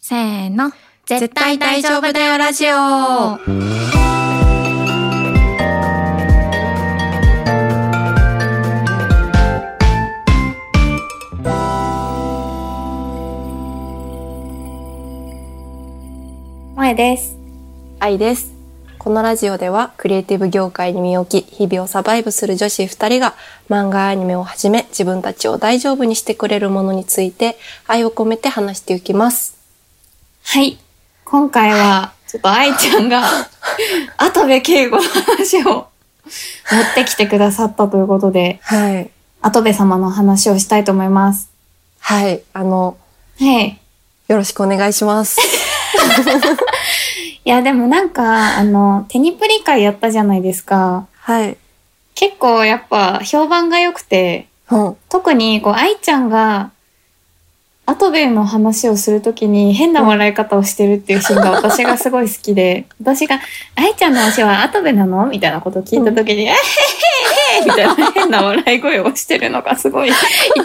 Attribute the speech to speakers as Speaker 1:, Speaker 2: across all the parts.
Speaker 1: せーの。
Speaker 2: 絶対大丈夫だよラジオ
Speaker 3: 萌です。
Speaker 2: 愛です。このラジオではクリエイティブ業界に身を置き、日々をサバイブする女子2人が漫画やアニメをはじめ自分たちを大丈夫にしてくれるものについて愛を込めて話していきます。
Speaker 3: はい。今回は、ちょっと愛ちゃん が、跡部敬吾の話を持ってきてくださったということで、
Speaker 2: はい。
Speaker 3: 跡部様の話をしたいと思います。
Speaker 2: はい。あの、
Speaker 3: はい。
Speaker 2: よろしくお願いします。
Speaker 3: いや、でもなんか、あの、テニプリ会やったじゃないですか。
Speaker 2: はい。
Speaker 3: 結構やっぱ評判が良くて、
Speaker 2: うん。
Speaker 3: 特にこう愛ちゃんが後での話をするときに変な笑い方をしてるっていうシーンが私がすごい好きで私が「愛ちゃんの話は後でなの?」みたいなことを聞いたときに「えへへへ」みたいな変な笑い声をしてるのがすごい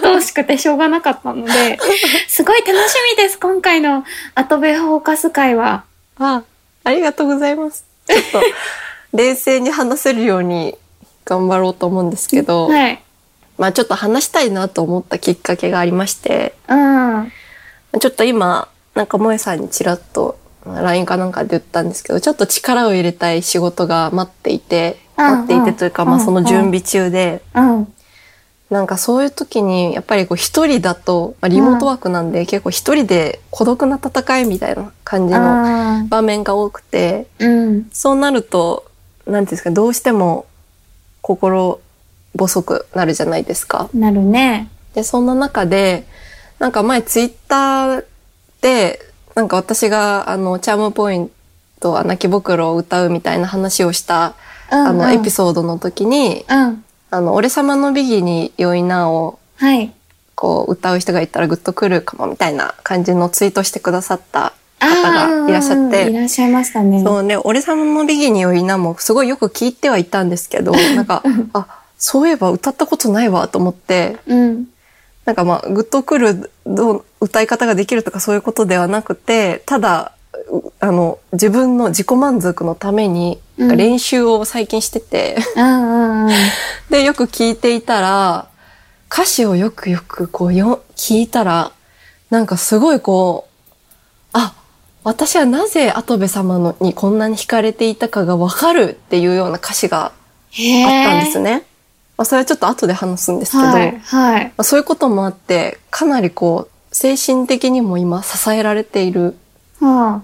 Speaker 3: 愛おしくてしょうがなかったのですごい楽しみです今回の後部フォーカス会は。
Speaker 2: あ、ありがとうございます。ちょ っと、冷静に話せるように頑張ろうと思うんですけど、
Speaker 3: はい、
Speaker 2: まあちょっと話したいなと思ったきっかけがありまして、
Speaker 3: うん
Speaker 2: ちょっと今、なんか萌さんにちらっと LINE かなんかで言ったんですけど、ちょっと力を入れたい仕事が待っていて、
Speaker 3: うんうん
Speaker 2: 待っていてというか、まあその準備中で、
Speaker 3: うん
Speaker 2: なんかそういう時に、やっぱりこう一人だと、まあ、リモートワークなんで結構一人で孤独な戦いみたいな感じの
Speaker 3: あー
Speaker 2: 場面が多くて、
Speaker 3: うん
Speaker 2: そうなると、なんていうんですか、どうしても心細くなるじゃないですか。
Speaker 3: なるね。
Speaker 2: で、そんな中で、なんか前ツイッターで、なんか私があの、チャームポイント、泣きぼくろを歌うみたいな話をした、
Speaker 3: うん
Speaker 2: あの、エピ
Speaker 3: ソ
Speaker 2: ソードの時に、
Speaker 3: ード。うん
Speaker 2: あの、俺様のビギに良いなを、
Speaker 3: はい。
Speaker 2: こう、歌う人がいたらグッとくるかも、みたいな感じのツイートしてくださった。
Speaker 3: あ
Speaker 2: 方がいらっしゃっ
Speaker 3: ーうん
Speaker 2: て
Speaker 3: うんいらっしゃいましたね。
Speaker 2: そうね、俺様のビギに良いなも、すごいよく聞いてはいたんですけど、 なんか、あ、そういえば歌ったことないわ、と思って、
Speaker 3: うん。
Speaker 2: なんかまあ、グッとくるどう歌い方ができるとかそういうことではなくて、ただ、うあの、自分の自己満足のために、
Speaker 3: うん
Speaker 2: なんか練習を最近してて、
Speaker 3: うんうんうん。
Speaker 2: で、よく聞いていたら、歌詞をよくよくこうよ、聞いたら、なんかすごいこう、あ、私はなぜ跡部様のにこんなに惹かれていたかがわかるっていうような歌詞が
Speaker 3: へ
Speaker 2: あっ
Speaker 3: ー
Speaker 2: たんですね。まあ、それはちょっと後で話すんですけど、
Speaker 3: はい。はい。
Speaker 2: まあそういうこともあって、かなりこう、精神的にも今支えられている
Speaker 3: は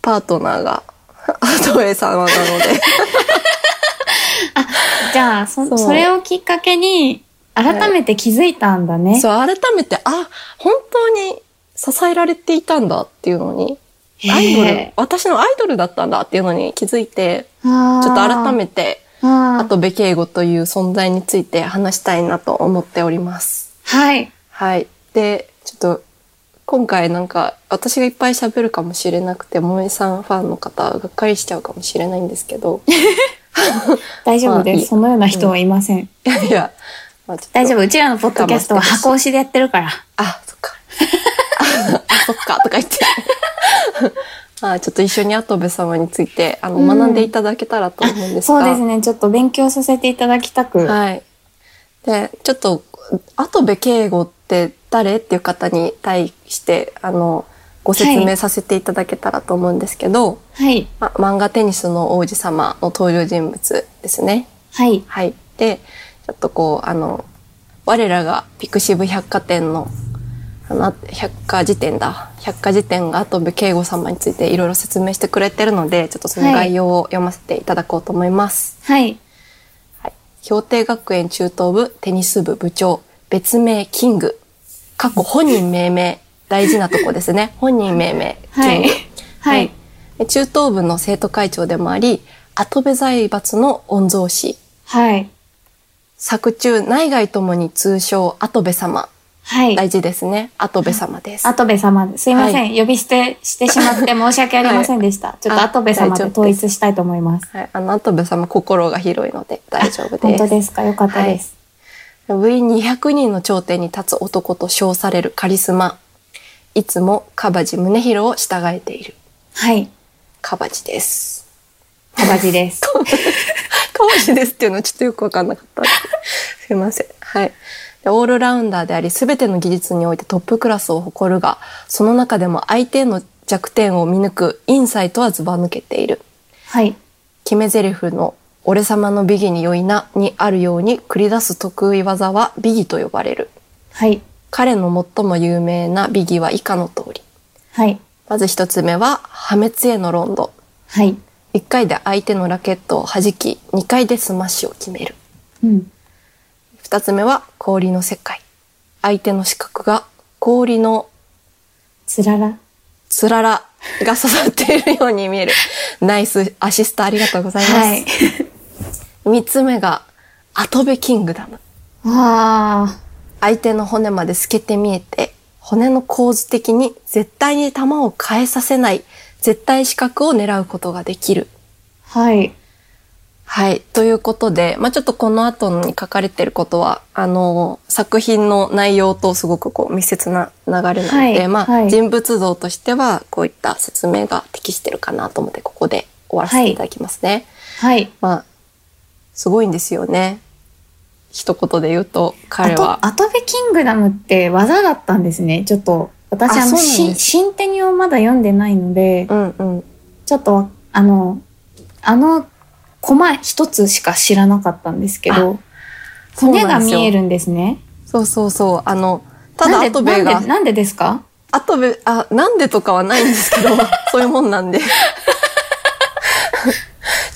Speaker 2: パートナーが、アトエ様なの で。
Speaker 3: あ、じゃあ、そ
Speaker 2: そ
Speaker 3: そうれをきっかけに、改めて気づいたんだね。
Speaker 2: そう、改めて、あ、本当に支えられていたんだっていうのに、
Speaker 3: へー
Speaker 2: アイドル、私のアイドルだったんだっていうのに気づいて、
Speaker 3: あー
Speaker 2: ちょっと改めて、
Speaker 3: あ
Speaker 2: ア
Speaker 3: と。
Speaker 2: トベ敬語という存在について話したいなと思っております。
Speaker 3: はい。
Speaker 2: はい。で、ちょっと、今回なんか、私がいっぱい喋るかもしれなくて、萌えさんファンの方、がっかりしちゃうかもしれないんです けど、
Speaker 3: 大丈夫で
Speaker 2: まあいい
Speaker 3: す。そのような人はいません。
Speaker 2: いやいや、まあ、ちょっと
Speaker 3: 大丈夫。うちらのポッドキャストは箱押しでやってるから。
Speaker 2: あ、そっか。 あ、そっか、とか言って。 あ、ちょっと一緒に跡部様について、あの、
Speaker 3: うん
Speaker 2: 学んでいただけたらと思うんです
Speaker 3: そ
Speaker 2: が。
Speaker 3: うですね。ちょっと勉強させていただきたく。
Speaker 2: はい。で、ちょっと、跡部敬吾って誰っていう方に対して、あの、ご説
Speaker 3: は
Speaker 2: 明
Speaker 3: い
Speaker 2: させていただけたらと思うんですけど、
Speaker 3: はい。
Speaker 2: ま漫画テニスの王子様の登場人物ですね。
Speaker 3: はい。
Speaker 2: はい。で、ちょっとこう、あの、我らがピクシブ百貨店の、あの、百科事典だ。百科事典が後部敬吾様についていろいろ説明してくれてるので、ちょっとその概要を読ませていただこうと思います。
Speaker 3: はい。
Speaker 2: 氷定学園中等部テニス部部長、別名キング。過去本人命名。大事なとこですね。本人命名。キング。
Speaker 3: はい。はい。
Speaker 2: で中等部の生徒会長でもあり、後部財閥の御曹司。
Speaker 3: はい。
Speaker 2: 作中内外ともに通称跡部様
Speaker 3: はい。
Speaker 2: 大事ですね跡部様です
Speaker 3: 後部様、すいません。呼び捨てしてしまって 申し訳ありませんでした。ちょっと
Speaker 2: あ
Speaker 3: 後部様で統一したいと思います。
Speaker 2: はい、あの跡部様心が広いので大丈夫
Speaker 3: 本
Speaker 2: で
Speaker 3: 当
Speaker 2: す
Speaker 3: ですかよかったです。
Speaker 2: 部員200人の頂点に立つ男と称されるカリスマいつもカバジ宗弘を従えている。
Speaker 3: はい。
Speaker 2: カバジです。
Speaker 3: かばじです。
Speaker 2: カバジですっていうのはちょっとよくわかんなかった。すいません。はい。でオールラウンダーであり、すべての技術においてトップクラスを誇るが、その中でも相手の弱点を見抜くインサイトはずば抜けている。
Speaker 3: はい。
Speaker 2: 決め台詞の俺様の美技に良いなにあるように繰り出す得意技は美技と呼ばれる。
Speaker 3: はい。
Speaker 2: 彼の最も有名な美技は以下の通り。
Speaker 3: はい。
Speaker 2: まず一つ目は破滅へのロンド。
Speaker 3: はい。
Speaker 2: 1回で相手のラケットを弾き、2回でスマッシュを決める。
Speaker 3: うん。
Speaker 2: 2つ目は氷の世界。相手の視覚が氷の
Speaker 3: つらら。
Speaker 2: つららが刺さっているように見える。ナイスアシストありがとうございます。
Speaker 3: はい。
Speaker 2: 3つ目がアトベキングダム。
Speaker 3: わあ。
Speaker 2: 相手の骨まで透けて見えて、骨の構図的に絶対に球を変えさせない、絶対視覚を狙うことができる。
Speaker 3: はい。
Speaker 2: はい。ということで、まあ、ちょっとこの後に書かれてることは、あの、作品の内容とすごくこう密接な流れなので、
Speaker 3: はい
Speaker 2: まあ、
Speaker 3: はい
Speaker 2: 人物像としては、こういった説明が適してるかなと思って、ここで終わらせていただきますね。
Speaker 3: はい。
Speaker 2: まあ、すごいんですよね。一言で言うと、彼
Speaker 3: あ
Speaker 2: は。
Speaker 3: と、アトベキングダムって技だったんですね。ちょっと、私、
Speaker 2: あ
Speaker 3: あの、
Speaker 2: そうなん
Speaker 3: し
Speaker 2: です
Speaker 3: 新手にをまだ読んでないので、
Speaker 2: うんうん。
Speaker 3: ちょっと、あの、あの、コマ一つしか知らなかったんですけど、骨
Speaker 2: そうな
Speaker 3: が
Speaker 2: んです
Speaker 3: 見
Speaker 2: よ
Speaker 3: えるんですね。
Speaker 2: そうそうそう。あの、ただ
Speaker 3: な
Speaker 2: ア
Speaker 3: んで
Speaker 2: トベ
Speaker 3: な
Speaker 2: が
Speaker 3: んで、なんでですか
Speaker 2: アトベ、あ、なんでとかはないんですけど、そういうもんなんで。ちょ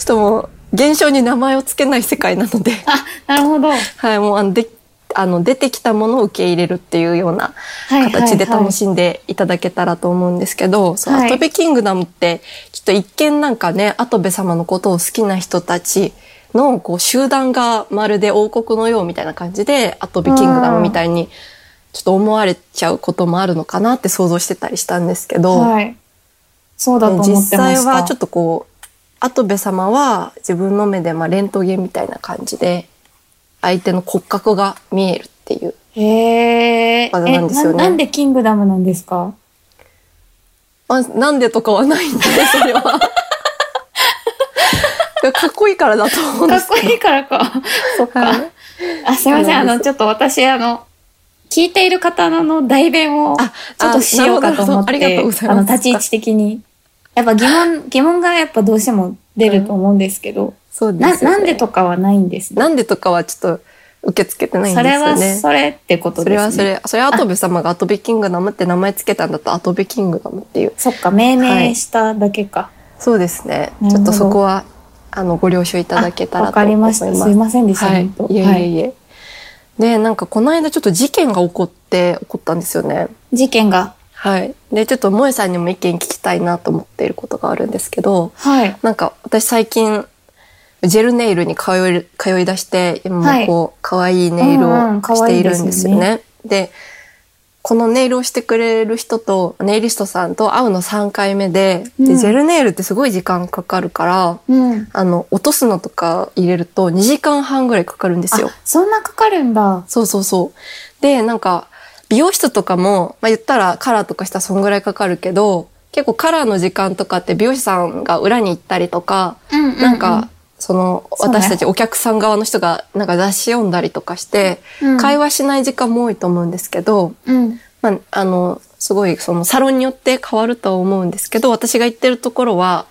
Speaker 2: っともう、現象に名前を付けない世界なので、
Speaker 3: あ、なるほど。はい
Speaker 2: はい、もうあの、で、あの、出てきたものを受け入れるっていうような
Speaker 3: はい、はい。
Speaker 2: 形で楽しんでいただけたらと思うんですけど、そう、
Speaker 3: はい
Speaker 2: アトベキングダムって、きっと一見なんかね、アトベ様のことを好きな人たちの、こう、集団がまるで王国のようみたいな感じで、アトベキングダムみたいに、ちょっと思われちゃうこともあるのかなって想像してたりしたんですけど、
Speaker 3: はい。そうだと思ってま
Speaker 2: 実
Speaker 3: した。
Speaker 2: 際はちょっとこう、アトベ様は自分の目で、まあ、レントゲンみたいな感じで、相手の骨格が見えるっていう。
Speaker 3: へえ。
Speaker 2: あれなんですよね
Speaker 3: えななんでキングダムなんですか
Speaker 2: まあ、なんでとかはないんで、それは。かっこいいからだと思うん
Speaker 3: か
Speaker 2: で
Speaker 3: っ
Speaker 2: す
Speaker 3: こ
Speaker 2: けど。
Speaker 3: いいから か。そっか。
Speaker 2: はい
Speaker 3: あ、すいません。
Speaker 2: そう
Speaker 3: あ
Speaker 2: なんです
Speaker 3: の、ちょっと私、あの、聞いている方の代弁を
Speaker 2: あ
Speaker 3: ちょっとしようかと思っ
Speaker 2: あ
Speaker 3: て、
Speaker 2: なるほどなるほどありがとうござい
Speaker 3: あ
Speaker 2: ます
Speaker 3: の、立ち位置的に。やっぱ疑問、疑問がやっぱどうしても出ると思うんですけど、
Speaker 2: そうですよ
Speaker 3: な、
Speaker 2: ね
Speaker 3: なんでとかはないんですね。
Speaker 2: なんでとかはちょっと受け付けてないん
Speaker 3: そ
Speaker 2: です
Speaker 3: れは
Speaker 2: よね。
Speaker 3: それってこと
Speaker 2: そ
Speaker 3: です
Speaker 2: れ
Speaker 3: ね。
Speaker 2: はそれ、それはアトベ様がアトベキングダムって名前つけたんだとアトベキングダムっていう。
Speaker 3: そっか、命名しただけか。
Speaker 2: そうですね。
Speaker 3: なるほど
Speaker 2: ちょっとそこは、あの、ご了承いただけた
Speaker 3: あ
Speaker 2: ら
Speaker 3: わ
Speaker 2: と
Speaker 3: か
Speaker 2: 思
Speaker 3: り
Speaker 2: い
Speaker 3: ま
Speaker 2: ま
Speaker 3: し
Speaker 2: す。
Speaker 3: た。すいませんでした。
Speaker 2: はい
Speaker 3: 本当。
Speaker 2: いえい
Speaker 3: は
Speaker 2: えいえ。で、なんかこの間ちょっと事件が起こって、起こったんですよね。
Speaker 3: 事件が。
Speaker 2: はい。で、ちょっと萌えさんにも意見聞きたいなと思っていることがあるんですけど、
Speaker 3: はい。
Speaker 2: なんか私最近、ジェルネイルに通い、通い出して、今もこう、可、愛、い、ネイルを
Speaker 3: うんうん可
Speaker 2: し
Speaker 3: 愛
Speaker 2: て
Speaker 3: い
Speaker 2: い
Speaker 3: で
Speaker 2: る
Speaker 3: すよ
Speaker 2: ん
Speaker 3: ね
Speaker 2: ですよね。で、このネイルをしてくれる人と、ネイリストさんと会うの3回目で、
Speaker 3: う
Speaker 2: で、
Speaker 3: ん
Speaker 2: ジェルネイルってすごい時間かかるから、
Speaker 3: うん。
Speaker 2: あの、落とすのとか入れると2時間半ぐらいかかるんですよ
Speaker 3: あ。、そんなかかるんだ。
Speaker 2: そうそうそう。で、なんか、美容室とかも、まあ、言ったらカラーとかしたらそんぐらいかかるけど、結構カラーの時間とかって美容師さんが裏に行ったりとか、
Speaker 3: うんうんうん
Speaker 2: なんか、、その、
Speaker 3: そうね
Speaker 2: 私たちお客さん側の人がなんか雑誌読んだりとかして、
Speaker 3: うん
Speaker 2: 会話しない時間も多いと思うんですけど、
Speaker 3: うん。
Speaker 2: まあ、あの、すごいそのサロンによって変わるとは思うんですけど、私が行ってるところは、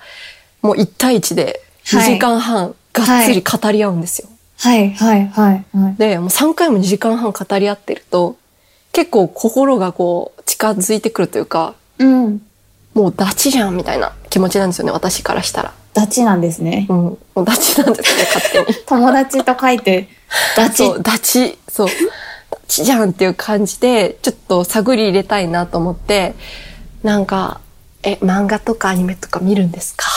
Speaker 2: もう1対1で2時間半、がっつり語り合うんですよ。
Speaker 3: はい、はい、はい、はい。
Speaker 2: で、もう3回も2時間半語り合ってると、結構心がこう近づいてくるというか、
Speaker 3: うん。
Speaker 2: もうダチじゃんみたいな気持ちなんですよね、私からしたら。
Speaker 3: ダチなんですね
Speaker 2: う。ん。もうダチなんですね、勝手に。
Speaker 3: 友達と書いて、ダチ。
Speaker 2: そう、ダチ。そう。ダチじゃんっていう感じで、ちょっと探り入れたいなと思って、なんか、え、漫画とかアニメとか見るんですか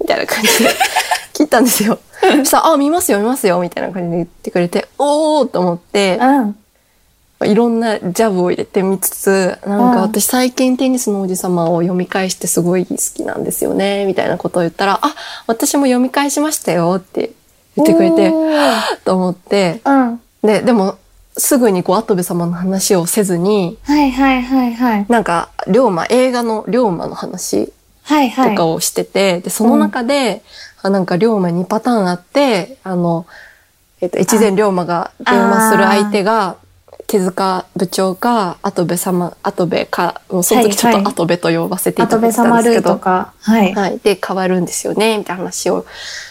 Speaker 2: みたいな感じ で聞いたんですよ。そしたら、あ、見ますよ、見ますよ、みたいな感じで言ってくれて、おーと思って、
Speaker 3: うん。
Speaker 2: いろんなジャブを入れてみつつ、なんか
Speaker 3: うん
Speaker 2: 私最近テニスの王子様を読み返してすごい好きなんですよね、みたいなことを言ったら、あ、私も読み返しましたよって言ってくれて、
Speaker 3: おー
Speaker 2: と思って、
Speaker 3: うん。
Speaker 2: で、でも、すぐにこう、跡部様の話をせずに、
Speaker 3: はいはいはいはい。
Speaker 2: なんか、龍馬、映画の龍馬の話
Speaker 3: はいはい。
Speaker 2: とかをしてて、で、その中で、あなんか龍馬2パターンあって、あの、えっと、越前龍馬が電話する相手が、手塚部長か、跡部様、跡部か、もうその時ちょっ
Speaker 3: はい
Speaker 2: と
Speaker 3: はい
Speaker 2: 跡部と呼ばせていた
Speaker 3: 後部
Speaker 2: だいたん
Speaker 3: 様
Speaker 2: です
Speaker 3: ル
Speaker 2: け
Speaker 3: ー
Speaker 2: ど、
Speaker 3: とか。はい。
Speaker 2: はい。で、変わるんですよね、みたいな話を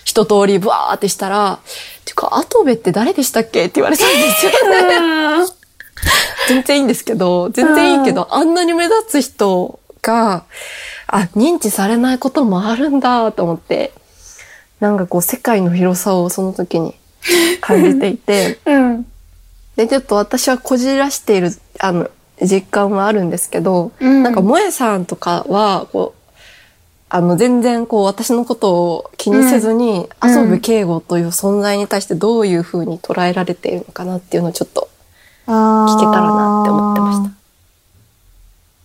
Speaker 2: 一通りブワーってしたら、てか、アトベって誰でしたっけって言われたんですよ。全然いいんですけど、全然いいけど、あんなに目立つ人が、あ、認知されないこともあるんだと思って、なんかこう、世界の広さをその時に感じて いて、
Speaker 3: うん。うん。
Speaker 2: で、ちょっと私はこじらしている、あの、実感はあるんですけど、
Speaker 3: うん。
Speaker 2: なんか、萌えさんとかは、こう、あの、全然こう、私のことを気にせずに、
Speaker 3: うん
Speaker 2: 遊ぶ敬語という存在に対してどういうふうに捉えられているのかなっていうのをちょっと、
Speaker 3: 聞
Speaker 2: けたらなって思ってました。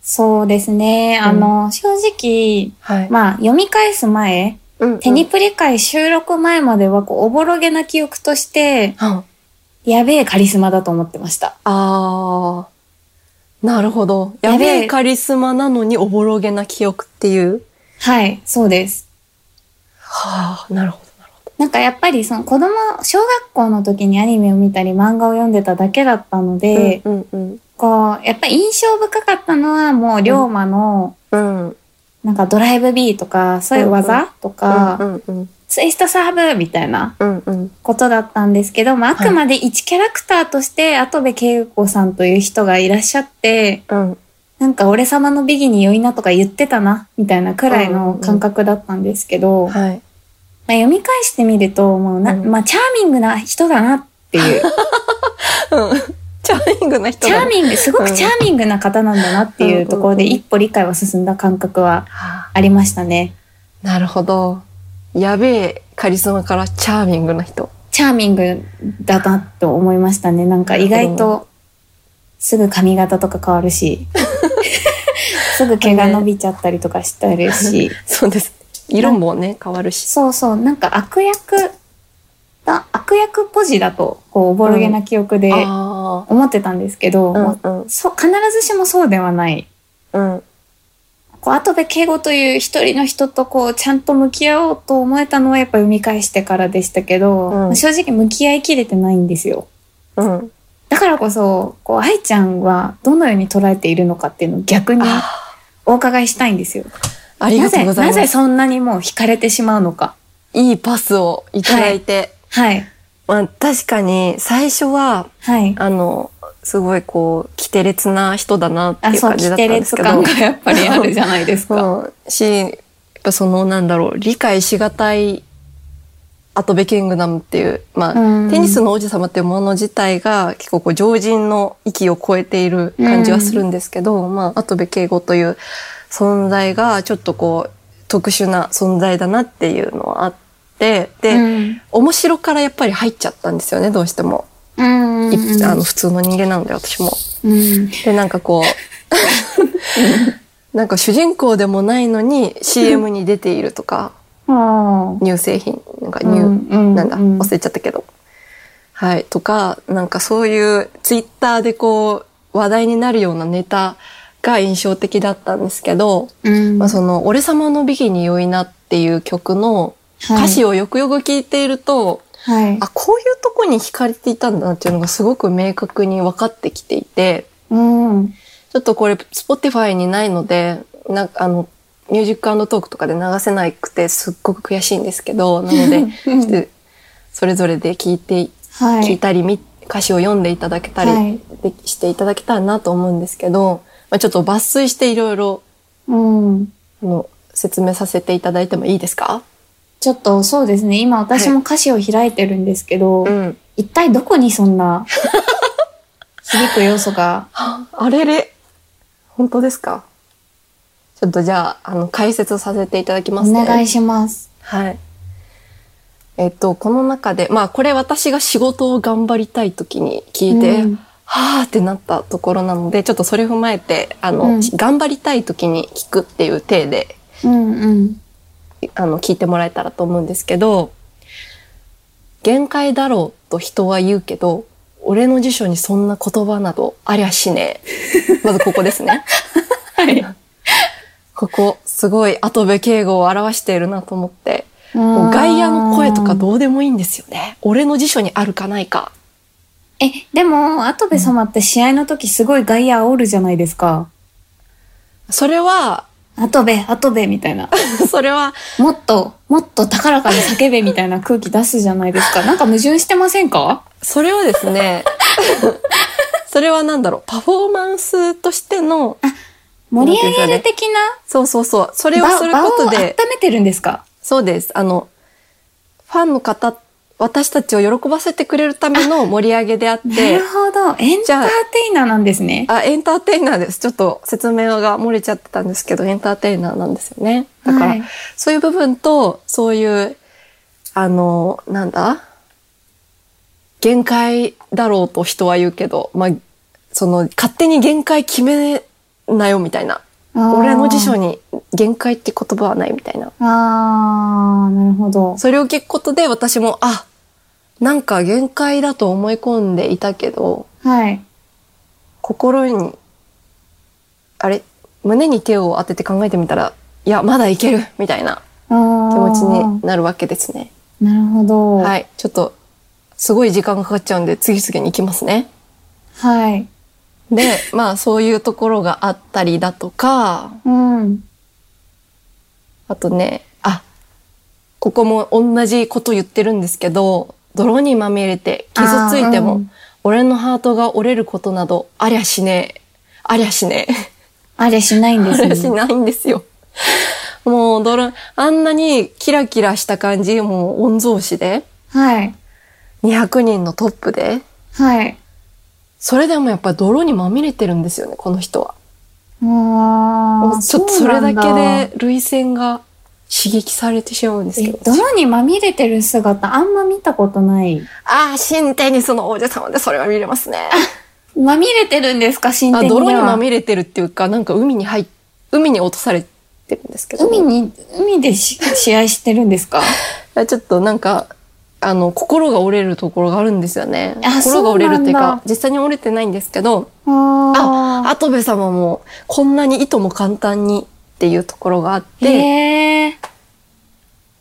Speaker 3: そうですね。あの、正直、
Speaker 2: はい。
Speaker 3: まあ、読み返す前、
Speaker 2: うん
Speaker 3: テニプリ会収録前までは、こう、おぼろげな記憶として、
Speaker 2: うんあ
Speaker 3: やべえカリスマだと思ってました。
Speaker 2: あー、なるほど。や
Speaker 3: や
Speaker 2: べ
Speaker 3: べえ
Speaker 2: えカリスマなのにおぼろげな記憶っていう。
Speaker 3: はい、そうです。
Speaker 2: はあ、なるほど。なるほ
Speaker 3: なんかやっぱりその子供、小学校の時にアニメを見たり漫画を読んでただけだったの
Speaker 2: ど
Speaker 3: で、
Speaker 2: うんうん
Speaker 3: こう、やっぱ印象深かったのはもう龍馬の、
Speaker 2: うん。うん。
Speaker 3: なんかドライブ B とか、そういう技とか、
Speaker 2: うんうん
Speaker 3: ツイストサーブみたいな
Speaker 2: うんうん。
Speaker 3: ことだったんですけど、まあ、あ
Speaker 2: はい
Speaker 3: くまで一キャラクターとして、跡部恵子さんという人がいらっしゃって、
Speaker 2: うん。
Speaker 3: なんか俺様の美儀に良いなとか言ってたな、みたいなくらいの感覚だったんですけど、まあ、
Speaker 2: はい。
Speaker 3: 読み返してみると、もうな、
Speaker 2: うん
Speaker 3: まあ、チャーミングな人だなって いう、
Speaker 2: うん。チャーミングな人
Speaker 3: チャ
Speaker 2: だ
Speaker 3: ー
Speaker 2: ね。
Speaker 3: ミング、すごくチャーミングな方なんだなっていうところで、
Speaker 2: うんうんうん
Speaker 3: 一歩理解は進んだ感覚は
Speaker 2: はあ
Speaker 3: ありましたね。
Speaker 2: なるほど。やべえカリスマからチャーミングな人。
Speaker 3: チャーミングだなと思いましたね。なんか意外とすぐ髪型とか変わる し、すぐ毛が伸びちゃったりとかしてるし、
Speaker 2: そうです。色もね、変わるし。
Speaker 3: そうそう、なんか悪役だ、悪役ポジだと、こう、おぼろげな記憶で
Speaker 2: あ
Speaker 3: 思ってたんですけど、
Speaker 2: あ。うん
Speaker 3: ま
Speaker 2: うん
Speaker 3: あ。そう必ずしもそうではない。
Speaker 2: うん。
Speaker 3: こう、後で敬語という一人の人とこう、ちゃんと向き合おうと思えたのはやっぱ読み返してからでしたけど、
Speaker 2: うん
Speaker 3: まあ正直向き合いきれてないんですよ。
Speaker 2: うん。
Speaker 3: だからこそ、こう、愛ちゃんはどのように捉えているのかっていうのを逆に
Speaker 2: あ
Speaker 3: お伺いしたいんですよ。
Speaker 2: ありがとうござい
Speaker 3: なぜ、
Speaker 2: ま
Speaker 3: なぜ
Speaker 2: す。
Speaker 3: そんなにもう惹かれてしまうのか。
Speaker 2: いいパスをいただいて。
Speaker 3: はい。
Speaker 2: まあ確かに最初は、
Speaker 3: はい。
Speaker 2: あの、すごいこう、キテレツな人だなって
Speaker 3: あ、
Speaker 2: いう
Speaker 3: そう、
Speaker 2: 感じだ
Speaker 3: キ
Speaker 2: っ
Speaker 3: テ
Speaker 2: たん
Speaker 3: レ
Speaker 2: です
Speaker 3: ツ
Speaker 2: け
Speaker 3: 感
Speaker 2: ど
Speaker 3: が。やっぱりあるじゃないですか。
Speaker 2: うん。し、やっぱその、なんだろう、理解しがたい、アトベキングダムっていう、まあ、
Speaker 3: うん
Speaker 2: テニスの王子様っていうもの自体が結構こう常人の域を超えている感じはするんですけど、まあ、跡部敬吾という存在がちょっとこう特殊な存在だなっていうのはあって、で、
Speaker 3: うん。
Speaker 2: 面白からやっぱり入っちゃったんですよね、どうしても。
Speaker 3: うん。
Speaker 2: いあの、普通の人間なので私も。
Speaker 3: うん。
Speaker 2: で、なんかこう、なんか主人公でもないのに CM に出ているとか、
Speaker 3: あ
Speaker 2: 乳製品、なんか
Speaker 3: あ。
Speaker 2: 乳、
Speaker 3: ん
Speaker 2: なんだ、忘れちゃったけど。はい。とか、なんかそういうツイッターでこう、話題になるようなネタが印象的だったんですけど、
Speaker 3: うん。
Speaker 2: まあその、俺様のビギに良いなっていう曲の歌詞
Speaker 3: を。
Speaker 2: をよくよく聞いていると、
Speaker 3: はい。
Speaker 2: あ、こういうとこに惹かれていたんだなっていうのがすごく明確に分かってきていて、
Speaker 3: うん。
Speaker 2: ちょっとこれ、Spotify にないので、なんかあの、ミュージックトークとかで流せなくてすっごく悔しいんですけど、なので、
Speaker 3: うん
Speaker 2: でそれぞれで聞いて、
Speaker 3: は
Speaker 2: 聞い
Speaker 3: い。
Speaker 2: たり、み歌詞を読んでいただけたり、
Speaker 3: はい
Speaker 2: でしていただけたらなと思うんですけど、まあ、ちょっと抜粋していろいろ、
Speaker 3: うん。
Speaker 2: あの、説明させていただいてもいいですか
Speaker 3: ちょっとそうですね。今私も歌詞を開いてるんですけど、
Speaker 2: ん。
Speaker 3: 一体どこにそん な響く要素が
Speaker 2: ああれれ本当ですかちょっとじゃあ、あの、解説させていただきま
Speaker 3: お
Speaker 2: すね。
Speaker 3: 願いします。
Speaker 2: はい。えっと、この中で、まあこれ私が仕事を頑張りたい時に聞いて、
Speaker 3: うん
Speaker 2: はーってなったところなので、ちょっとそれ踏まえて、あの、
Speaker 3: うん
Speaker 2: 頑張りたい時に聞くっていう体で、
Speaker 3: うんうん。
Speaker 2: あの、聞いてもらえたらと思うんですけど、限界だろうと人は言うけど、俺の辞書にそんな言葉などありゃしねえ。 まずここですね。
Speaker 3: はい。
Speaker 2: ここ、すごい後部敬語を表しているなと思って。もう外野の声とかどうでもいいんですよね。俺の辞書にあるかないか。
Speaker 3: え、でも、跡部様って試合の時すごい外野煽るじゃないですか。
Speaker 2: それは、
Speaker 3: 跡部、跡部みたいな。
Speaker 2: それは、
Speaker 3: もっと、もっと高らかに叫べみたいな空気出すじゃないですか。なんか矛盾してません か
Speaker 2: それはですね、 それはなんだろう、パフォーマンスとしての、
Speaker 3: 盛り上げる的な
Speaker 2: そうそうそう、それを
Speaker 3: 場
Speaker 2: するこ
Speaker 3: 場
Speaker 2: と
Speaker 3: を
Speaker 2: で、
Speaker 3: 温めてるんですか
Speaker 2: そうです。あの、ファンの方、私たちを喜ばせてくれるための盛り上げであっ
Speaker 3: な
Speaker 2: て
Speaker 3: る、ほど。エンターテイナーなんですね。
Speaker 2: あ、エンターテイナーです。ちょっと説明が漏れちゃってたんですけど、エンターテイナーなんですよね。だから、
Speaker 3: はい
Speaker 2: そういう部分と、そういう、あの、なんだ限界だろうと人は言うけど、まあ、その、勝手に限界決めなよみたいな。俺の辞書
Speaker 3: に。
Speaker 2: に限界って言葉はないみたいな。
Speaker 3: あー、なるほど。
Speaker 2: それを聞くことで私も、あ、なんか限界だと思い込んでいたけど、
Speaker 3: はい。
Speaker 2: 心に、あれ、胸に手を当てて考えてみたら、いや、まだいけるみたいな
Speaker 3: 気
Speaker 2: 気
Speaker 3: 持
Speaker 2: 持ちになるわけですね。
Speaker 3: なるほど。はい。
Speaker 2: はい。ちょっと、すごい時間がかかっちゃうんで、次々に行きますね。 で、まあ、そういうところがあったりだとか、
Speaker 3: うん。
Speaker 2: あとね、あ、ここも同じこと言ってるんですけど、泥にまみれて傷ついて
Speaker 3: あーう
Speaker 2: も
Speaker 3: ん、
Speaker 2: 俺のハートが折れることなど、ありゃしねえ。ありゃしねえ。
Speaker 3: あれしないんで
Speaker 2: あ
Speaker 3: す
Speaker 2: れし
Speaker 3: ね。
Speaker 2: ないんですよ。もう驚、あんなにキラキラした感じ、もう御曹司で、
Speaker 3: はい。
Speaker 2: 200人のトップで、
Speaker 3: はい。
Speaker 2: それでもやっぱ泥にまみれてるんですよね、この人は。
Speaker 3: あ
Speaker 2: も
Speaker 3: ー
Speaker 2: うちょっとそれだ
Speaker 3: うなん
Speaker 2: けで涙腺が刺激されてしまうんですけ
Speaker 3: え
Speaker 2: ど。
Speaker 3: 泥にまみれてる姿あんま見たことない。
Speaker 2: ああ、新テニスの王子様でそれは見れますね。
Speaker 3: まみれてるんですか新
Speaker 2: あ
Speaker 3: 天
Speaker 2: 泥にま
Speaker 3: れ
Speaker 2: みれてるっていうか、なんか海に入っ、海に落とされてるんですけど。
Speaker 3: 海に、海でし試合してるんですか
Speaker 2: あちょっとなんか、あの、心が折れるところがあるんですよね。
Speaker 3: あ
Speaker 2: 心が折れるっていう
Speaker 3: そうなん
Speaker 2: か
Speaker 3: だ、
Speaker 2: 実際に折れてないんですけど、
Speaker 3: あ
Speaker 2: アトベ様もこんなにいとも簡単にっていうところがあっ
Speaker 3: ー。
Speaker 2: て、
Speaker 3: へえ。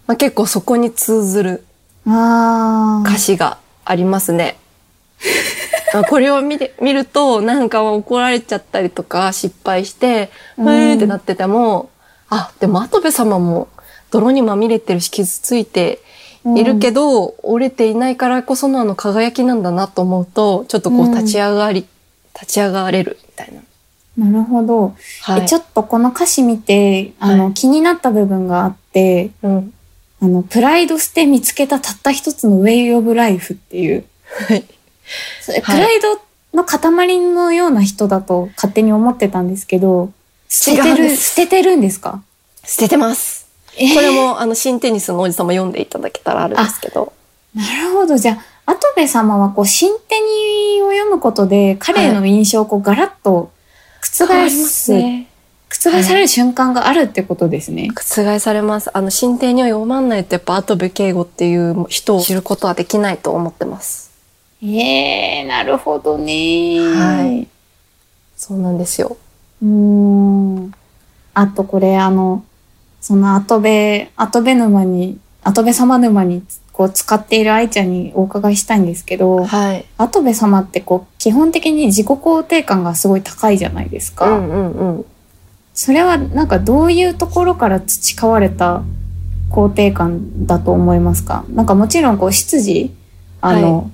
Speaker 2: まあ、結構そこに通ずる
Speaker 3: あ
Speaker 2: 歌
Speaker 3: ー。
Speaker 2: 詞があります ね。まあこれを見て見ると、なんか怒られちゃったりとか失敗して、う
Speaker 3: うん
Speaker 2: ーんってなってても、あ、でもアトベ様も泥にまみれてるし傷ついているけど、折れていないからこそのあの輝きなんだなと思うと、ちょっとこう
Speaker 3: うん
Speaker 2: 立ち上がり、立ち上がれるみたいな。
Speaker 3: なるほど。
Speaker 2: は
Speaker 3: えちょっとこの歌詞見て、あの、気になった部分があって、
Speaker 2: うん。
Speaker 3: あの、プライド捨て見つけたたった一つのウェイオブライフっていう。
Speaker 2: はい。
Speaker 3: それプ
Speaker 2: はい
Speaker 3: ライドの塊のような人だと勝手に思ってたんですけど、捨てて
Speaker 2: 違うんで
Speaker 3: る、
Speaker 2: す
Speaker 3: 捨ててるんですか
Speaker 2: 捨ててます。
Speaker 3: えー
Speaker 2: これも、あの、新テニスの王子様読んでいただけたらあるんですけど。
Speaker 3: なるほど。じゃあ、アトベ様はこう、新手にを読むことで、彼の印象をこう、ガラッと覆
Speaker 2: 覆
Speaker 3: す、覆される瞬間があるってことですね。
Speaker 2: 覆されます。あの、新帝には読まんないとやっぱ、跡部敬吾っていう人を知ることはできないと思ってます。
Speaker 3: ええなるほどね。
Speaker 2: はい。そうなんですよ。
Speaker 3: うーん。あとこれ、あの、そのアトベ、アトベ沼に、アトベ様沼に、こう、使っている愛ちゃんにお伺いしたいんですけど、
Speaker 2: はい。
Speaker 3: アトベ様ってこう、基本的に自己肯定感がすごい高いじゃないです
Speaker 2: う
Speaker 3: か。
Speaker 2: んうんうん。
Speaker 3: それはなんかどういうところから培われた肯定感だと思いますかなんかもちろんこう執事あの、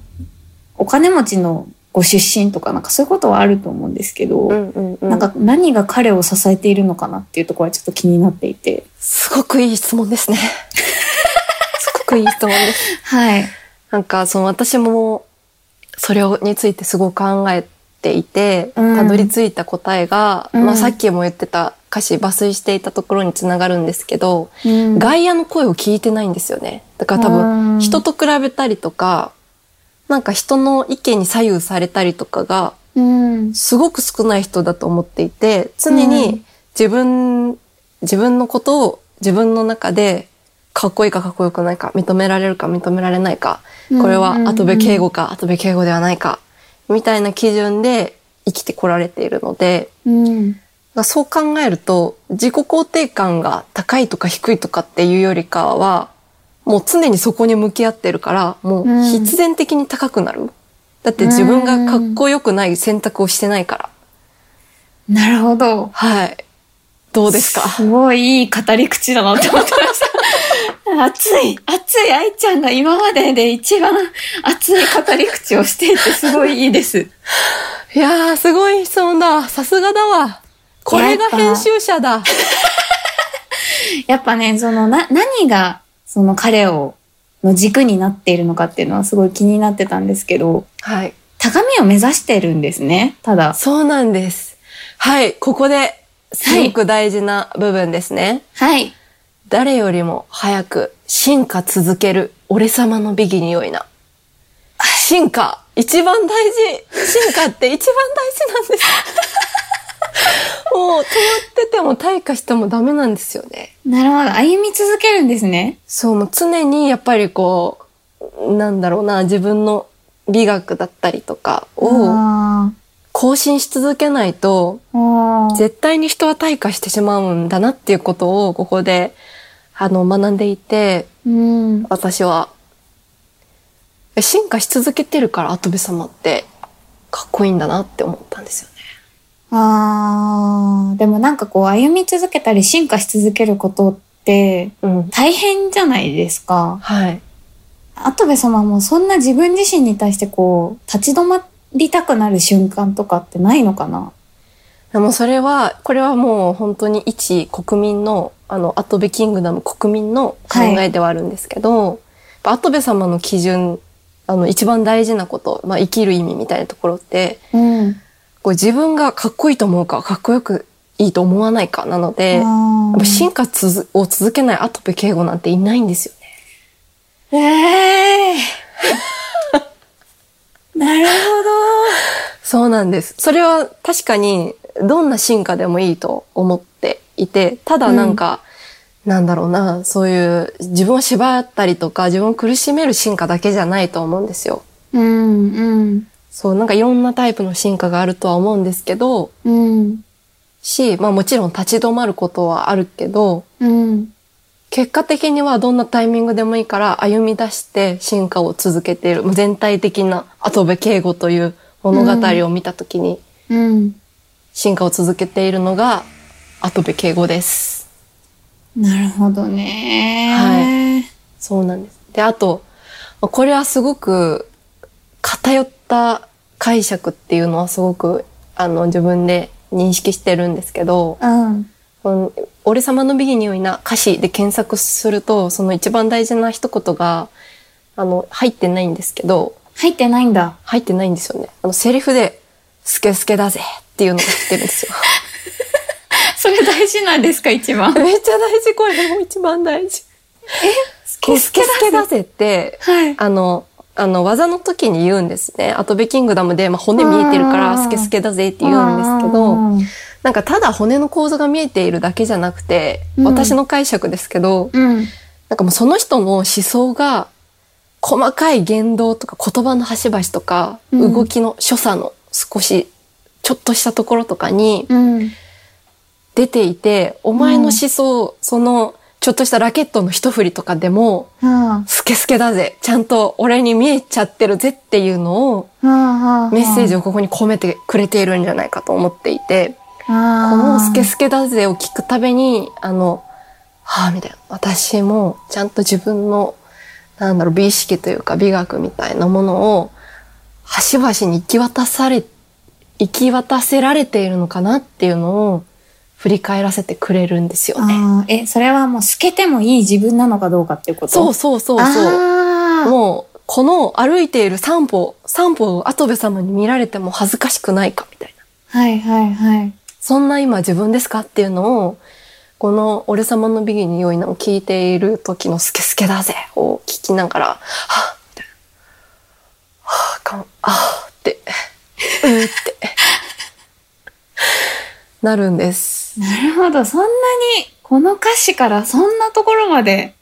Speaker 3: お金持ちのご出身とかなんかそういうことはあると思うんですけど、
Speaker 2: うんうんうん。
Speaker 3: なんか何が彼を支えているのかなっていうところはちょっと気になっていて
Speaker 2: すごくいい質問です ね。すごくいい質問です。
Speaker 3: はい
Speaker 2: なんか、その私も、それについてすごく考えていて、
Speaker 3: うん
Speaker 2: たどり着いた答えが、
Speaker 3: うん
Speaker 2: まあさっきも言ってた歌詞抜粋していたところにつながるんですけど、外野の声を聞いてないんですよね。だから多分、
Speaker 3: 分
Speaker 2: 人と比べたりとか、なんか人の意見に左右されたりとかが、
Speaker 3: うん
Speaker 2: すごく少ない人だと思っていて、常
Speaker 3: う
Speaker 2: に
Speaker 3: ん
Speaker 2: 自分、自分のことを自分の中で、かっこいいかかっこよくないか、認められるか認められないか、これは後部敬語か後部敬語ではないか、みたいな基準で生きてこられているので、
Speaker 3: うん。
Speaker 2: まあそう考えると自己肯定感が高いとか低いとかっていうよりかはもう常にそこに向き合ってるからもう
Speaker 3: うん
Speaker 2: 必然的に高くなる、だって自分がかっこよくない選択をしてないから
Speaker 3: なるほど。
Speaker 2: はいどうですか
Speaker 3: すごいいい語り口だなって思ってました。 熱い、熱い愛ちゃんが今までで一番熱い語り口をしていてすごいいいです。
Speaker 2: いやーすごい質問ださすがだわこれが編集者だ
Speaker 3: やっぱね、そのな、何がその彼を、の軸になっているのかっていうのはすごい気になってたんですけど、
Speaker 2: はい
Speaker 3: 高みを目指してるんですね、ただ。
Speaker 2: そうなんですはいここですごく大事な部分ですね、
Speaker 3: はい。
Speaker 2: 誰よりも早く進化続ける俺様の美義に良いな。進化一番大事進化って一番大事な んです。もう止まってても退化してもダメなんですよね。
Speaker 3: なるほど。歩み続けるんですね。
Speaker 2: そう、もう常にやっぱりこう、なんだろうな、自分の美学だったりとかを
Speaker 3: あ
Speaker 2: 更新し続けないと、
Speaker 3: ーあー。
Speaker 2: 絶対に人は退化してしまうんだなっていうことをここで、あの、学んでいて、
Speaker 3: うん。
Speaker 2: 私は。進化し続けてるから、アトベ様って、かっこいいんだなって思ったんですよね。
Speaker 3: あーでもなんかこう歩み続けたり進化し続けることって
Speaker 2: うん。
Speaker 3: 大変じゃないですか。
Speaker 2: はい。
Speaker 3: 跡部様もそんな自分自身に対してこう立ち止まりたくなる瞬間とかってないのかな
Speaker 2: でもそれは、これはもう本当に一国民の、あの、アトベキングダム国民の考えではあるんですけど、やっぱアトベ様の基準、あの、一番大事なこと、まあ、生きる意味みたいなところって、
Speaker 3: うん。
Speaker 2: こう自分がかっこいいと思うか、かっこよくいいと思わないかなので、やっ
Speaker 3: あ
Speaker 2: ぱ
Speaker 3: ー
Speaker 2: 進化つづを続けないアトベ敬語なんていないんですよね。
Speaker 3: えー、 なる
Speaker 2: そうなんです。それは確かに、どんな進化でもいいと思っていて、ただなんか、なんだろうな、そういう自分を縛ったりとか、自分を苦しめる進化だけじゃないと思うんですよ。
Speaker 3: ほど。うん、うん、
Speaker 2: そう、なんかいろんなタイプの進化があるとは思うんですけど、
Speaker 3: うん、
Speaker 2: し、まあもちろん立ち止まることはあるけど、
Speaker 3: うん。
Speaker 2: 結果的にはどんなタイミングでもいいから歩み出して進化を続けている、もう全体的な後部敬語という物語を見たときに、
Speaker 3: うん。
Speaker 2: 進化を続けているのが、アトベ敬語です。
Speaker 3: なるほどね。
Speaker 2: はそうなんです。で、あと、これはすごく偏った解釈っていうのはすごく、あの、自分で認識してるんですけど、
Speaker 3: うん。
Speaker 2: この俺様のビギニオイな歌詞で検索すると、その一番大事な一言が、あの、入ってないんですけど、
Speaker 3: 入ってないんだ。
Speaker 2: 入ってないんですよね。あの、セリフで、スケスケだぜっていうのが入ってるんです よ。
Speaker 3: それ大事なんですか、一番。
Speaker 2: めっちゃ大事、これもう一番大事。
Speaker 3: ス
Speaker 2: スケスケだぜって、
Speaker 3: はい。
Speaker 2: あの、あの、技の時に言うんですね。アトベキングダムで、まあ、骨見えてるか
Speaker 3: あ
Speaker 2: ら、
Speaker 3: ー
Speaker 2: スケスケだぜって言うんですけど、なんかただ骨の構造が見えているだけじゃなくて、
Speaker 3: うん
Speaker 2: 私の解釈ですけど、
Speaker 3: うん。
Speaker 2: なんかもうその人の思想が、細かい言動とか言葉の端々とか、
Speaker 3: うん
Speaker 2: 動きの所作の少し、ちょっとしたところとかに
Speaker 3: うん。
Speaker 2: 出ていて、お前の思想、その、ちょっとしたラケットの一振りとかでも、
Speaker 3: は
Speaker 2: スケスケだぜ。ちゃんと俺に見えちゃってるぜっていうのを、
Speaker 3: あ、はあ、
Speaker 2: メッセージ
Speaker 3: を。
Speaker 2: をここに込めてくれているんじゃないかと思っていて、
Speaker 3: こ
Speaker 2: このスケ
Speaker 3: ス
Speaker 2: スケだぜを聞くたびに、あの、はぁ、みたいな。私もちゃんと自分の、なんだろう、美意識というか美学みたいなものを、端々に行き渡され、行き渡せられているのかなっていうのを、振り返らせてくれるんですよね。
Speaker 3: あーえ、それはもう透けてもいい自分なのかどうかっていうこと
Speaker 2: そう
Speaker 3: う
Speaker 2: そうそうそう。
Speaker 3: あう。
Speaker 2: もう、この歩いている散歩、散歩を跡部様に見られても恥ずかしくないか、みたいな。
Speaker 3: はいはいはい。
Speaker 2: そんな今自分ですかっていうのを、この俺様のビギに良いなを聞いている時のスケスケだぜを聞きながら、はぁ、みたいな。はぁ、かん、あぁって、うーって、なるんです。
Speaker 3: なるほど。そんなに、この歌詞からそんなところまで、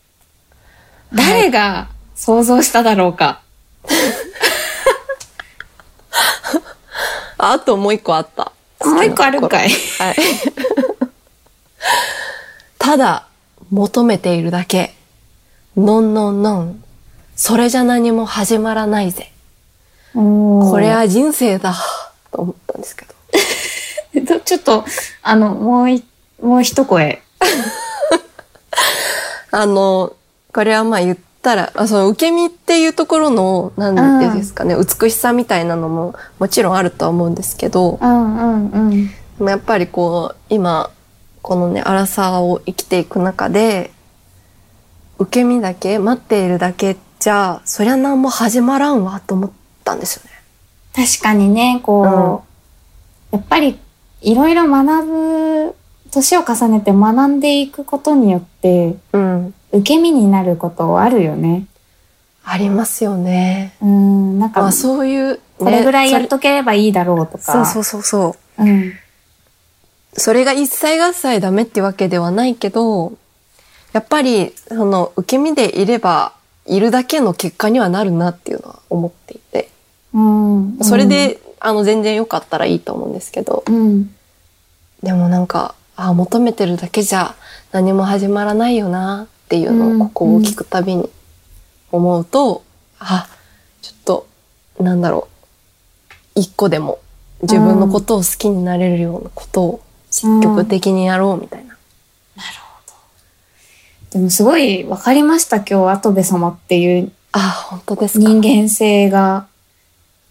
Speaker 3: 誰が想像しただろうか。
Speaker 2: あ、あともう一個あった。
Speaker 3: もう一個あるん
Speaker 2: い。
Speaker 3: かい。
Speaker 2: はい。ただ、求めているだけ。のんのんのん。それじゃ何も始まらないぜ。
Speaker 3: こ
Speaker 2: これは人生だ。と思ったんですけど。
Speaker 3: えっとちょっと、あの、もうい、もう一声。
Speaker 2: あの、これはまあ言ったら、あその受け身っていうところの、なんていうんですかね、美しさみたいなのももちろんあるとは思うんですけど、
Speaker 3: うんうんうん。
Speaker 2: でもやっぱりこう、今、このね、荒さを生きていく中で、受け身だけ、待っているだけじゃ、そりゃ何も始まらんわと思ったんですよね。
Speaker 3: 確かにね、こう、やっぱり、いろいろ学ぶ、年を重ねて学んでいくことによって、
Speaker 2: うん。
Speaker 3: 受け身になることあるよね。
Speaker 2: ありますよね。
Speaker 3: うん、なん
Speaker 2: ま
Speaker 3: か
Speaker 2: あ、そういう、ね、
Speaker 3: これぐらいやっとければいいだろうとか。
Speaker 2: それそうそうそうそう。
Speaker 3: うん。
Speaker 2: それが一切合切ダメってわけではないけど、やっぱり、その、受け身でいれば、いるだけの結果にはなるなっていうのは思っていて。
Speaker 3: うん。
Speaker 2: それで、あの、全然良かったらいいと思うんですけど。
Speaker 3: うん、
Speaker 2: でもなんか、あ求めてるだけじゃ何も始まらないよなっていう
Speaker 3: う
Speaker 2: の
Speaker 3: ん
Speaker 2: を、ここを聞くたびに思うと、あ、ちょっと、なんだろう。一個でも、自分のことを好きになれるようなことを積極的にやろうみたいな。
Speaker 3: でもすごい分かりました今日跡部様っていう
Speaker 2: あ、本当ですか。
Speaker 3: 人間性が、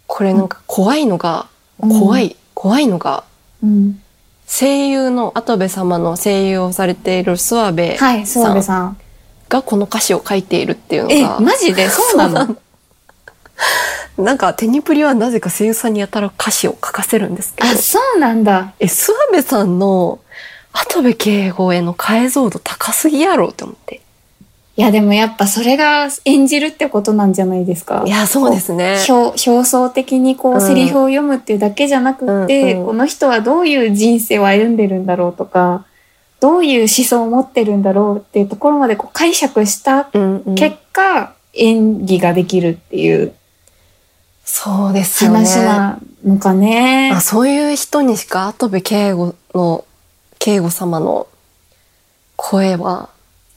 Speaker 2: これなんか怖いのが、
Speaker 3: うん
Speaker 2: 怖い、怖いのが、
Speaker 3: うん、
Speaker 2: 声優の跡部様の声優をされている諏訪部
Speaker 3: はい諏訪部さん
Speaker 2: がこの歌詞を書いているっていうの
Speaker 3: え
Speaker 2: が、
Speaker 3: マジで そうなの
Speaker 2: なんかテニプリはなぜか声優さんにやたら歌詞を書かせるんですけど
Speaker 3: あ、そうなんだ
Speaker 2: え、諏訪部さんの跡部敬吾への解像度高すぎやろって思って。
Speaker 3: いやでもやっぱそれが演じるってことなんじゃないですか
Speaker 2: いや、そうですね。
Speaker 3: 表表層的にこう、
Speaker 2: うん
Speaker 3: セリフを読むっていうだけじゃなくって、
Speaker 2: うんうん
Speaker 3: この人はどういう人生を歩んでるんだろうとかどういう思想を持ってるんだろうっていうところまでこう解釈した
Speaker 2: うん、うん。
Speaker 3: 結果、演技ができるっていう
Speaker 2: そうですよね。
Speaker 3: 話なのかね。
Speaker 2: あそういう人にしか跡部敬吾の敬吾様の声は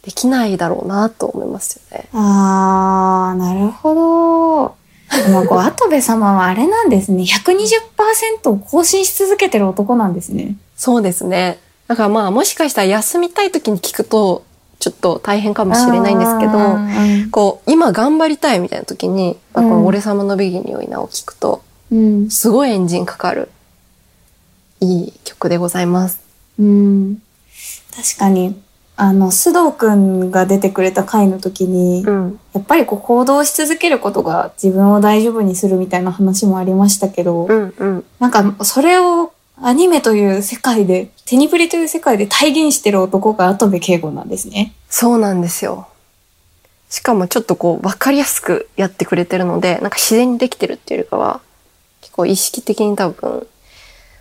Speaker 2: できないだろうなと思いますよね。
Speaker 3: あー、なるほど。でもこう、跡部様はあれなんですね。120%を更新し続けてる男なんですね。
Speaker 2: そうですね。だからまあもしかしたら休みたい時に聞くとちょっと大変かもしれないんですけ
Speaker 3: う
Speaker 2: ど、
Speaker 3: ん
Speaker 2: こう今頑張りたいみたいな時に、まあこ
Speaker 3: うん
Speaker 2: の俺様のビギニをいなを聞くと
Speaker 3: うん。
Speaker 2: すごいエンジンかかるいい曲でございます。
Speaker 3: うん。確かに、あの、須藤くんが出てくれた回の時に、
Speaker 2: ん。
Speaker 3: やっぱりこう、行動し続けることが自分を大丈夫にするみたいな話もありましたけど、
Speaker 2: うんうん。
Speaker 3: なんか、それをアニメという世界で、テニプリという世界で体現してる男が跡部敬吾なんですね。
Speaker 2: そうなんですよ。しかもちょっとこう、わかりやすくやってくれてるので、なんか自然にできてるっていうよりかは、結構意識的に多分、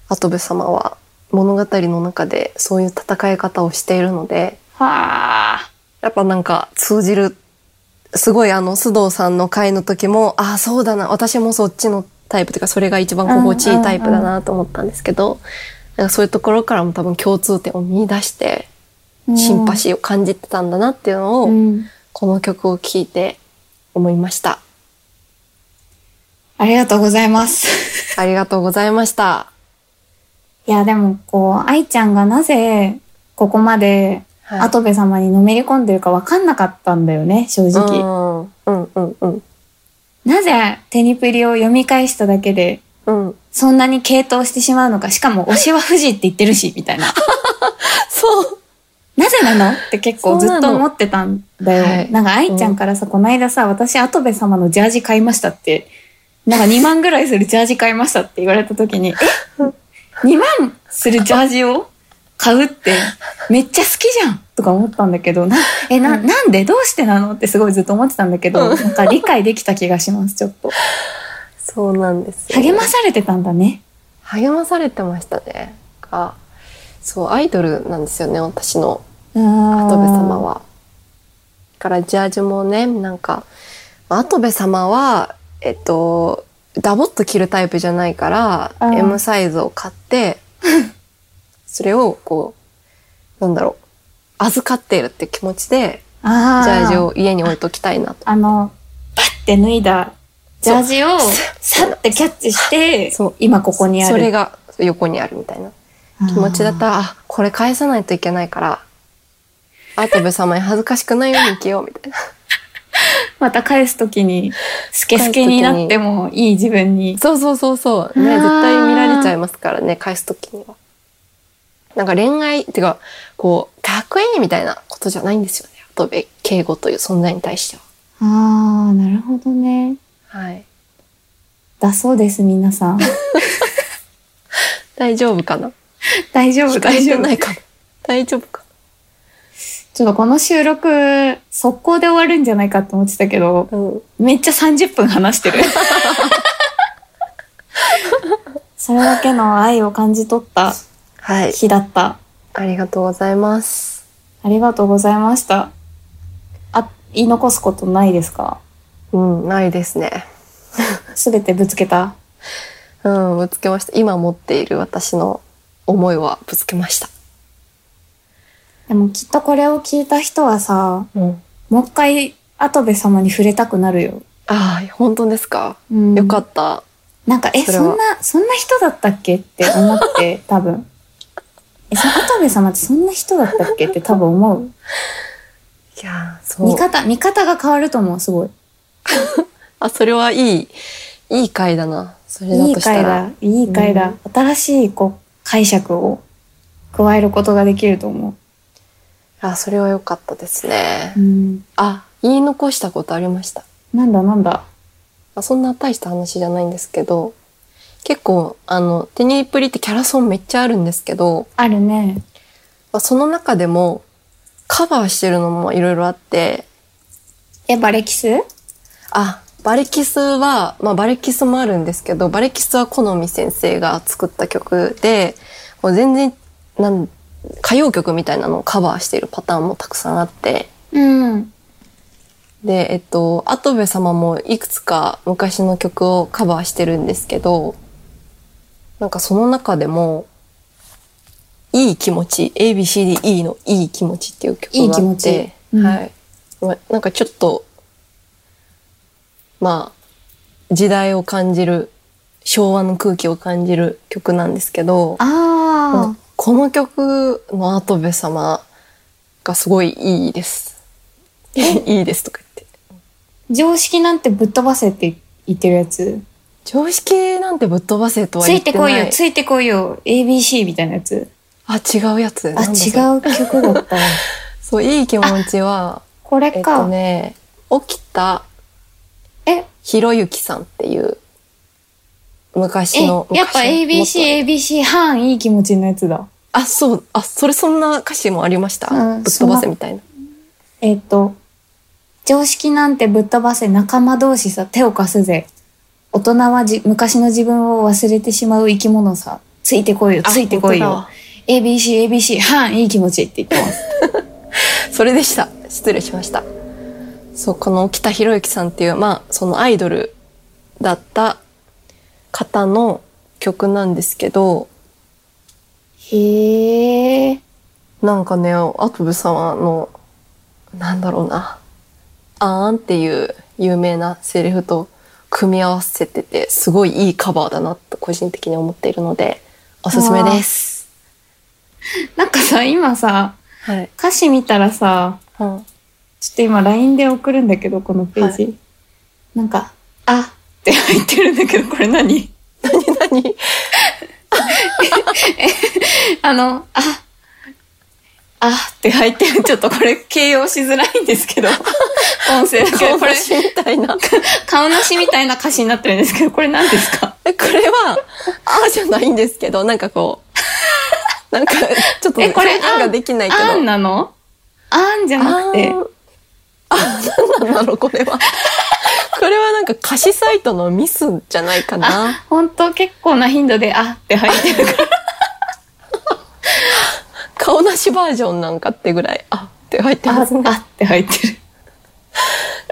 Speaker 2: 跡部様は物語の中でそういう戦い方をしているので、
Speaker 3: はあ。
Speaker 2: やっぱなんか通じる、すごいあの、須藤さんの回の時も、ああ、そうだな、私もそっちのタイプというか、それが一番心地いいタイプだなと思ったんですけど、なんかそういうところからも多分共通点を見出して、シンパシーを感じてたんだなっていうのを、
Speaker 3: うん
Speaker 2: この曲を聴いて思いました。
Speaker 3: ありがとうございます。
Speaker 2: ありがとうございました。
Speaker 3: いや、でも、こう、愛ちゃんがなぜ、ここまで、
Speaker 2: はい、
Speaker 3: 跡部様にのめり込んでるか分かんなかったんだよね、正直。
Speaker 2: うん、うん、うん、うん。
Speaker 3: なぜ、テニプリを読み返しただけで、
Speaker 2: うん、
Speaker 3: そんなに傾倒してしまうのか、しかも、推しは富士って言ってる し、みたいな。
Speaker 2: そう。
Speaker 3: なぜなのって結構ずっと思ってたんだよ。
Speaker 2: そう
Speaker 3: な
Speaker 2: なのはい
Speaker 3: んか愛ちゃんからさ、この間さ、私、跡部様のジャージ買いましたって、なんか2万ぐらいするジャージ買いましたって言われた時に、え ?2 万するジャージを買うって、めっちゃ好きじゃんとか思ったんだけど、な、え、な、なんでどうしてなのってすごいずっと思ってたんだけど、なんか理解できた気がします、ちょっと。
Speaker 2: そうなんですよ
Speaker 3: 励まされてたんだね。
Speaker 2: 励まされてましたね。が、そう、アイドルなんですよね、私の
Speaker 3: 跡部
Speaker 2: 跡部様
Speaker 3: 様。
Speaker 2: は。だからジャージもね、なんか、まあ跡部様は、えっと、ダボっと着るタイプじゃないから、
Speaker 3: うん
Speaker 2: M サイズを 買って、それをこう、なんだろう、預かっているって気持ちで、ジ
Speaker 3: あ
Speaker 2: ャージ
Speaker 3: を。
Speaker 2: を家に置いときたいなと。
Speaker 3: あの、バッて脱いだジャージを、さってキャッチして
Speaker 2: そう、
Speaker 3: 今ここにある。
Speaker 2: それが横にあるみたいな気持ちだったら、あ、これ返さないといけないから、アトベ様に恥ずかしくないように着ようみたいな。
Speaker 3: また返すときに、スケスケになってもいい自分に。
Speaker 2: そうそうそうそう。ね、
Speaker 3: あー
Speaker 2: 絶対見られちゃいますからね、返すときには。なんか恋愛っていうか、こう、かっこいいみたいなことじゃないんですよね。アトベ敬語という存在に対しては。
Speaker 3: ああ、なるほどね。
Speaker 2: はい。
Speaker 3: だそうです、皆さ ん。
Speaker 2: 大丈夫かな
Speaker 3: 大丈夫、
Speaker 2: 聞かれ
Speaker 3: 大丈
Speaker 2: て
Speaker 3: 夫
Speaker 2: な。いかな大丈夫か
Speaker 3: ちょっとこの収録、速攻で終わるんじゃないかって思ってたけど、
Speaker 2: なうん。
Speaker 3: めっちゃ30分話 してる。それだけの愛を感じ取った
Speaker 2: はい。
Speaker 3: 日だった。
Speaker 2: ありがとうございます。
Speaker 3: ありがとうございました。あ、言い残すことないですか
Speaker 2: うん、ないですね。
Speaker 3: すべてぶつけた。
Speaker 2: うん、ぶつけました。今持っている私の思いはぶつけました。
Speaker 3: でもきっとこれを聞いた人はさ、
Speaker 2: うん。
Speaker 3: もう一回、後部様に触れたくなるよ。
Speaker 2: ああ、本当ですか、
Speaker 3: うん
Speaker 2: よかった。
Speaker 3: なんか、え、
Speaker 2: それ
Speaker 3: そ
Speaker 2: は
Speaker 3: んな、そんな人だったっけって思 って、多分。え、そ後部様ってそんな人だったっけって多分思う。
Speaker 2: いやーそう
Speaker 3: 見。方、見方が変わると思う、すごい。
Speaker 2: あ、それはいい、いい回だな。それだ
Speaker 3: いい
Speaker 2: とした
Speaker 3: 回
Speaker 2: ら。
Speaker 3: だ、いい回だ。新しい、こう、解釈を加えることができると思
Speaker 2: あ、それは良かったですね
Speaker 3: う。う。ん。
Speaker 2: あ、言い残したことありました。
Speaker 3: なんだなんだ。
Speaker 2: まあ、そんな大した話じゃないんですけど、結構、あの、テニープリってキャラソンめっちゃあるんですけど、
Speaker 3: あるね。
Speaker 2: まあ、その中でも、カバーしてるのもいろいろあって、
Speaker 3: え、バレキス
Speaker 2: あ、バレキスは、まあバレキスもあるんですけど、バレキスは好み先生が作った曲で、こう全然、なん、歌謡曲みたいなのをカバーしているパターンもたくさんあって、
Speaker 3: うん。
Speaker 2: で、えっと、アトベ様もいくつか昔の曲をカバーしてるんですけど、なんかその中でも、いい気持ち、ABCDE のいい気持ちっていう曲があって、
Speaker 3: いい気持ちうん
Speaker 2: はい。まなんかちょっと、まあ、時代を感じる、昭和の空気を感じる曲なんですけど、
Speaker 3: ああ。
Speaker 2: この曲のアトベ様がすごいいいです。 いいですとか言って。
Speaker 3: 常識なんてぶっ飛ばせって言ってるやつ。
Speaker 2: 常識なんてぶっ飛ばせとは
Speaker 3: つ
Speaker 2: 言っ
Speaker 3: い
Speaker 2: て
Speaker 3: て
Speaker 2: な
Speaker 3: こ
Speaker 2: い。
Speaker 3: いよ、ついてこいよ、ABC みたいなやつ。
Speaker 2: あ、違うやつ。
Speaker 3: あ、
Speaker 2: なんだそ
Speaker 3: 違
Speaker 2: れ。
Speaker 3: う曲だったわ。
Speaker 2: そう、いい気持ちは、
Speaker 3: これ
Speaker 2: えっ
Speaker 3: か。
Speaker 2: とね、起きた
Speaker 3: え、
Speaker 2: ひろゆきさんっていう、
Speaker 3: え、
Speaker 2: 昔
Speaker 3: やっ
Speaker 2: の、
Speaker 3: ぱ
Speaker 2: 昔の
Speaker 3: ABC、ABC、半いい気持ちのやつだ。
Speaker 2: あ、そう、あ、それそんな歌詞もありました。
Speaker 3: うん
Speaker 2: ぶっ飛ばせみたいな。
Speaker 3: えっと、常識なんてぶっ飛ばせ仲間同士さ、手を貸すぜ。大人はじ昔の自分を忘れてしまう生き物さ、ついてこいよ、
Speaker 2: あ
Speaker 3: ついてこい
Speaker 2: 本
Speaker 3: よ。ABC、ABC、半いい気持ちって言ってます。
Speaker 2: それでした。失礼しました。そう、この北博之さんっていう、まあ、そのアイドルだった方の曲なんですけど、
Speaker 3: へえ。
Speaker 2: なんかね、アトブ様の、なんだろうな、あーんっていう有名なセリフと組み合わせてて、すごいいいカバーだなと個人的に思っているので、おすすめです。
Speaker 3: なんかさ、今さ、
Speaker 2: はい。
Speaker 3: 歌詞見たらさ、
Speaker 2: うん
Speaker 3: ちょっと今 LINE で送るんだけど、このページ。なんか、あって入ってるんだけど、これ何
Speaker 2: 何
Speaker 3: あの、あ、あって入ってる。ちょっとこれ形容しづらいんです けど、音声だけど、
Speaker 2: 顔
Speaker 3: こ
Speaker 2: 出
Speaker 3: れ
Speaker 2: しみたいな。
Speaker 3: 顔なしみたいな歌詞になってるんですけど、これ何ですか
Speaker 2: えこれは、あーじゃないんですけど、なんかこう、なんか、ちょっ と
Speaker 3: えこれ
Speaker 2: 表現ができないけど。
Speaker 3: あんなのあんじゃなくて、
Speaker 2: あーあ、なんなん だろう、これは。これはなんか歌詞サイトのミスじゃないかな。
Speaker 3: あ、本当結構な頻度で、あって入ってるから。
Speaker 2: 顔なしバージョンなんかってぐらい、あって入ってますね。
Speaker 3: あって入ってる。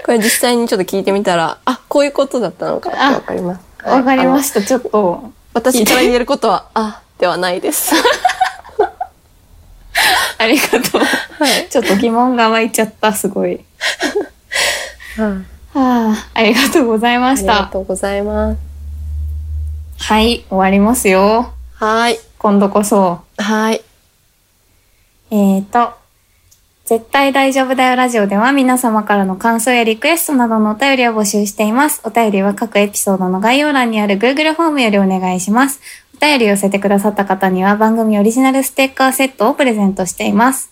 Speaker 2: これ実際にちょっと聞いてみたら、あ、こういうことだったのかってわかります。
Speaker 3: わかりま
Speaker 2: た。
Speaker 3: した。ちょっと。
Speaker 2: 私から言えることは、あ、ではないです。
Speaker 3: ありがとう。
Speaker 2: はい。
Speaker 3: ちょっと疑問が湧いちゃった、すごい。はあ、ありがとうござい
Speaker 2: あ
Speaker 3: ま
Speaker 2: り
Speaker 3: し
Speaker 2: が
Speaker 3: た。
Speaker 2: とうございます。
Speaker 3: はい、終わりますよ。
Speaker 2: はい。
Speaker 3: 今度こそ。
Speaker 2: はい。
Speaker 3: えーと、絶対大丈夫だよラジオでは皆様からの感想やリクエストなどのお便りを募集しています。お便りは各エピソードの概要欄にある Google フォームよりお願いします。お便りを寄せてくださった方には番組オリジナルステッカーセットをプレゼントしています。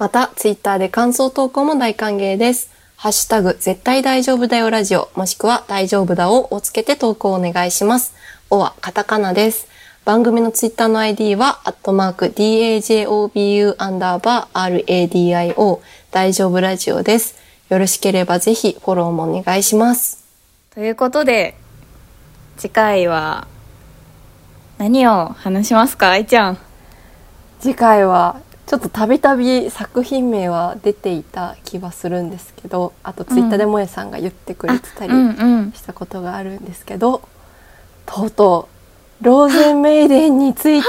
Speaker 2: また、ツイッターで感想投稿も大歓迎です。ハッシュタグ、絶対大丈夫だよラジオ、もしくは大丈夫だををつけて投稿お願いします。おはカタカナです。番組のツイッターの ID は、アットマーク、DAJOBU アンダーバー RADIO、大丈夫ラジオです。よろしければぜひフォローもお願いします。
Speaker 3: ということで、次回は何を話しますか愛ちゃん。
Speaker 2: 次回は、ちょっとたびたび作品名は出ていた気はするんですけど、あとツイッターで萌えさんが言ってくれてたり、
Speaker 3: うん。
Speaker 2: したことがあるんですけどとうとうローゼンメイデンについ て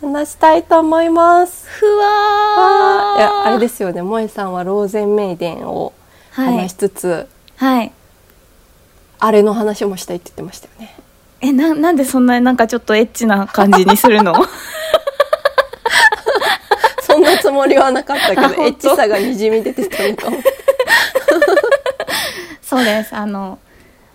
Speaker 2: 話したいと思います。
Speaker 3: ふわ
Speaker 2: いやあれですよね萌えさんはローゼンメイデンを
Speaker 3: は
Speaker 2: 話
Speaker 3: い
Speaker 2: し。つつ、
Speaker 3: はい。
Speaker 2: あれの話もしたいって言ってましたよね。
Speaker 3: えななんでそんななんかちょっとエッチな感じにするの
Speaker 2: そんなつもりはなかったけ
Speaker 3: あ
Speaker 2: どエ
Speaker 3: 本
Speaker 2: ッ
Speaker 3: 当
Speaker 2: チさがにじみ出てた のかも。
Speaker 3: そうですあの、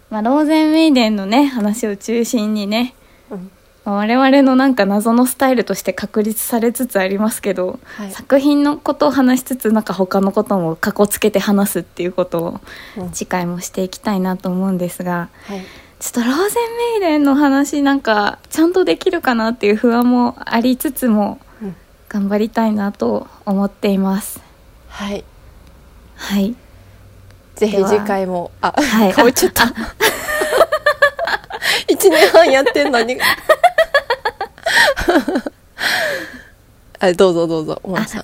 Speaker 3: まあ、ローゼンメイデンのね話を中心にね、
Speaker 2: うん
Speaker 3: まあ我々のなんか謎のスタイルとして確立されつつありますけど、
Speaker 2: はい
Speaker 3: 作品のことを話しつつなんか他のこともかこつけて話すっていうことを
Speaker 2: うん
Speaker 3: 次回もしていきたいなと思うんですが
Speaker 2: はい
Speaker 3: ちょっとローゼンメイデンの話なんかちゃんとできるかなっていう不安もありつつも
Speaker 2: うん
Speaker 3: 頑張りたいなと思っています。
Speaker 2: はい
Speaker 3: はい
Speaker 2: ぜひ
Speaker 3: では
Speaker 2: 次回もあ、
Speaker 3: はい
Speaker 2: 顔 ちょっ と一年半やってんのに あどうぞどうぞお前さん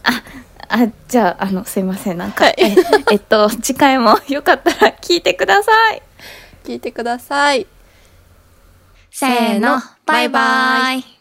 Speaker 3: あ、じゃあ、あの、すいません、なんか、
Speaker 2: はい
Speaker 3: ええっと、次回もよかったら聞いてください。
Speaker 2: 聞いてください
Speaker 3: せーの、バイバイ。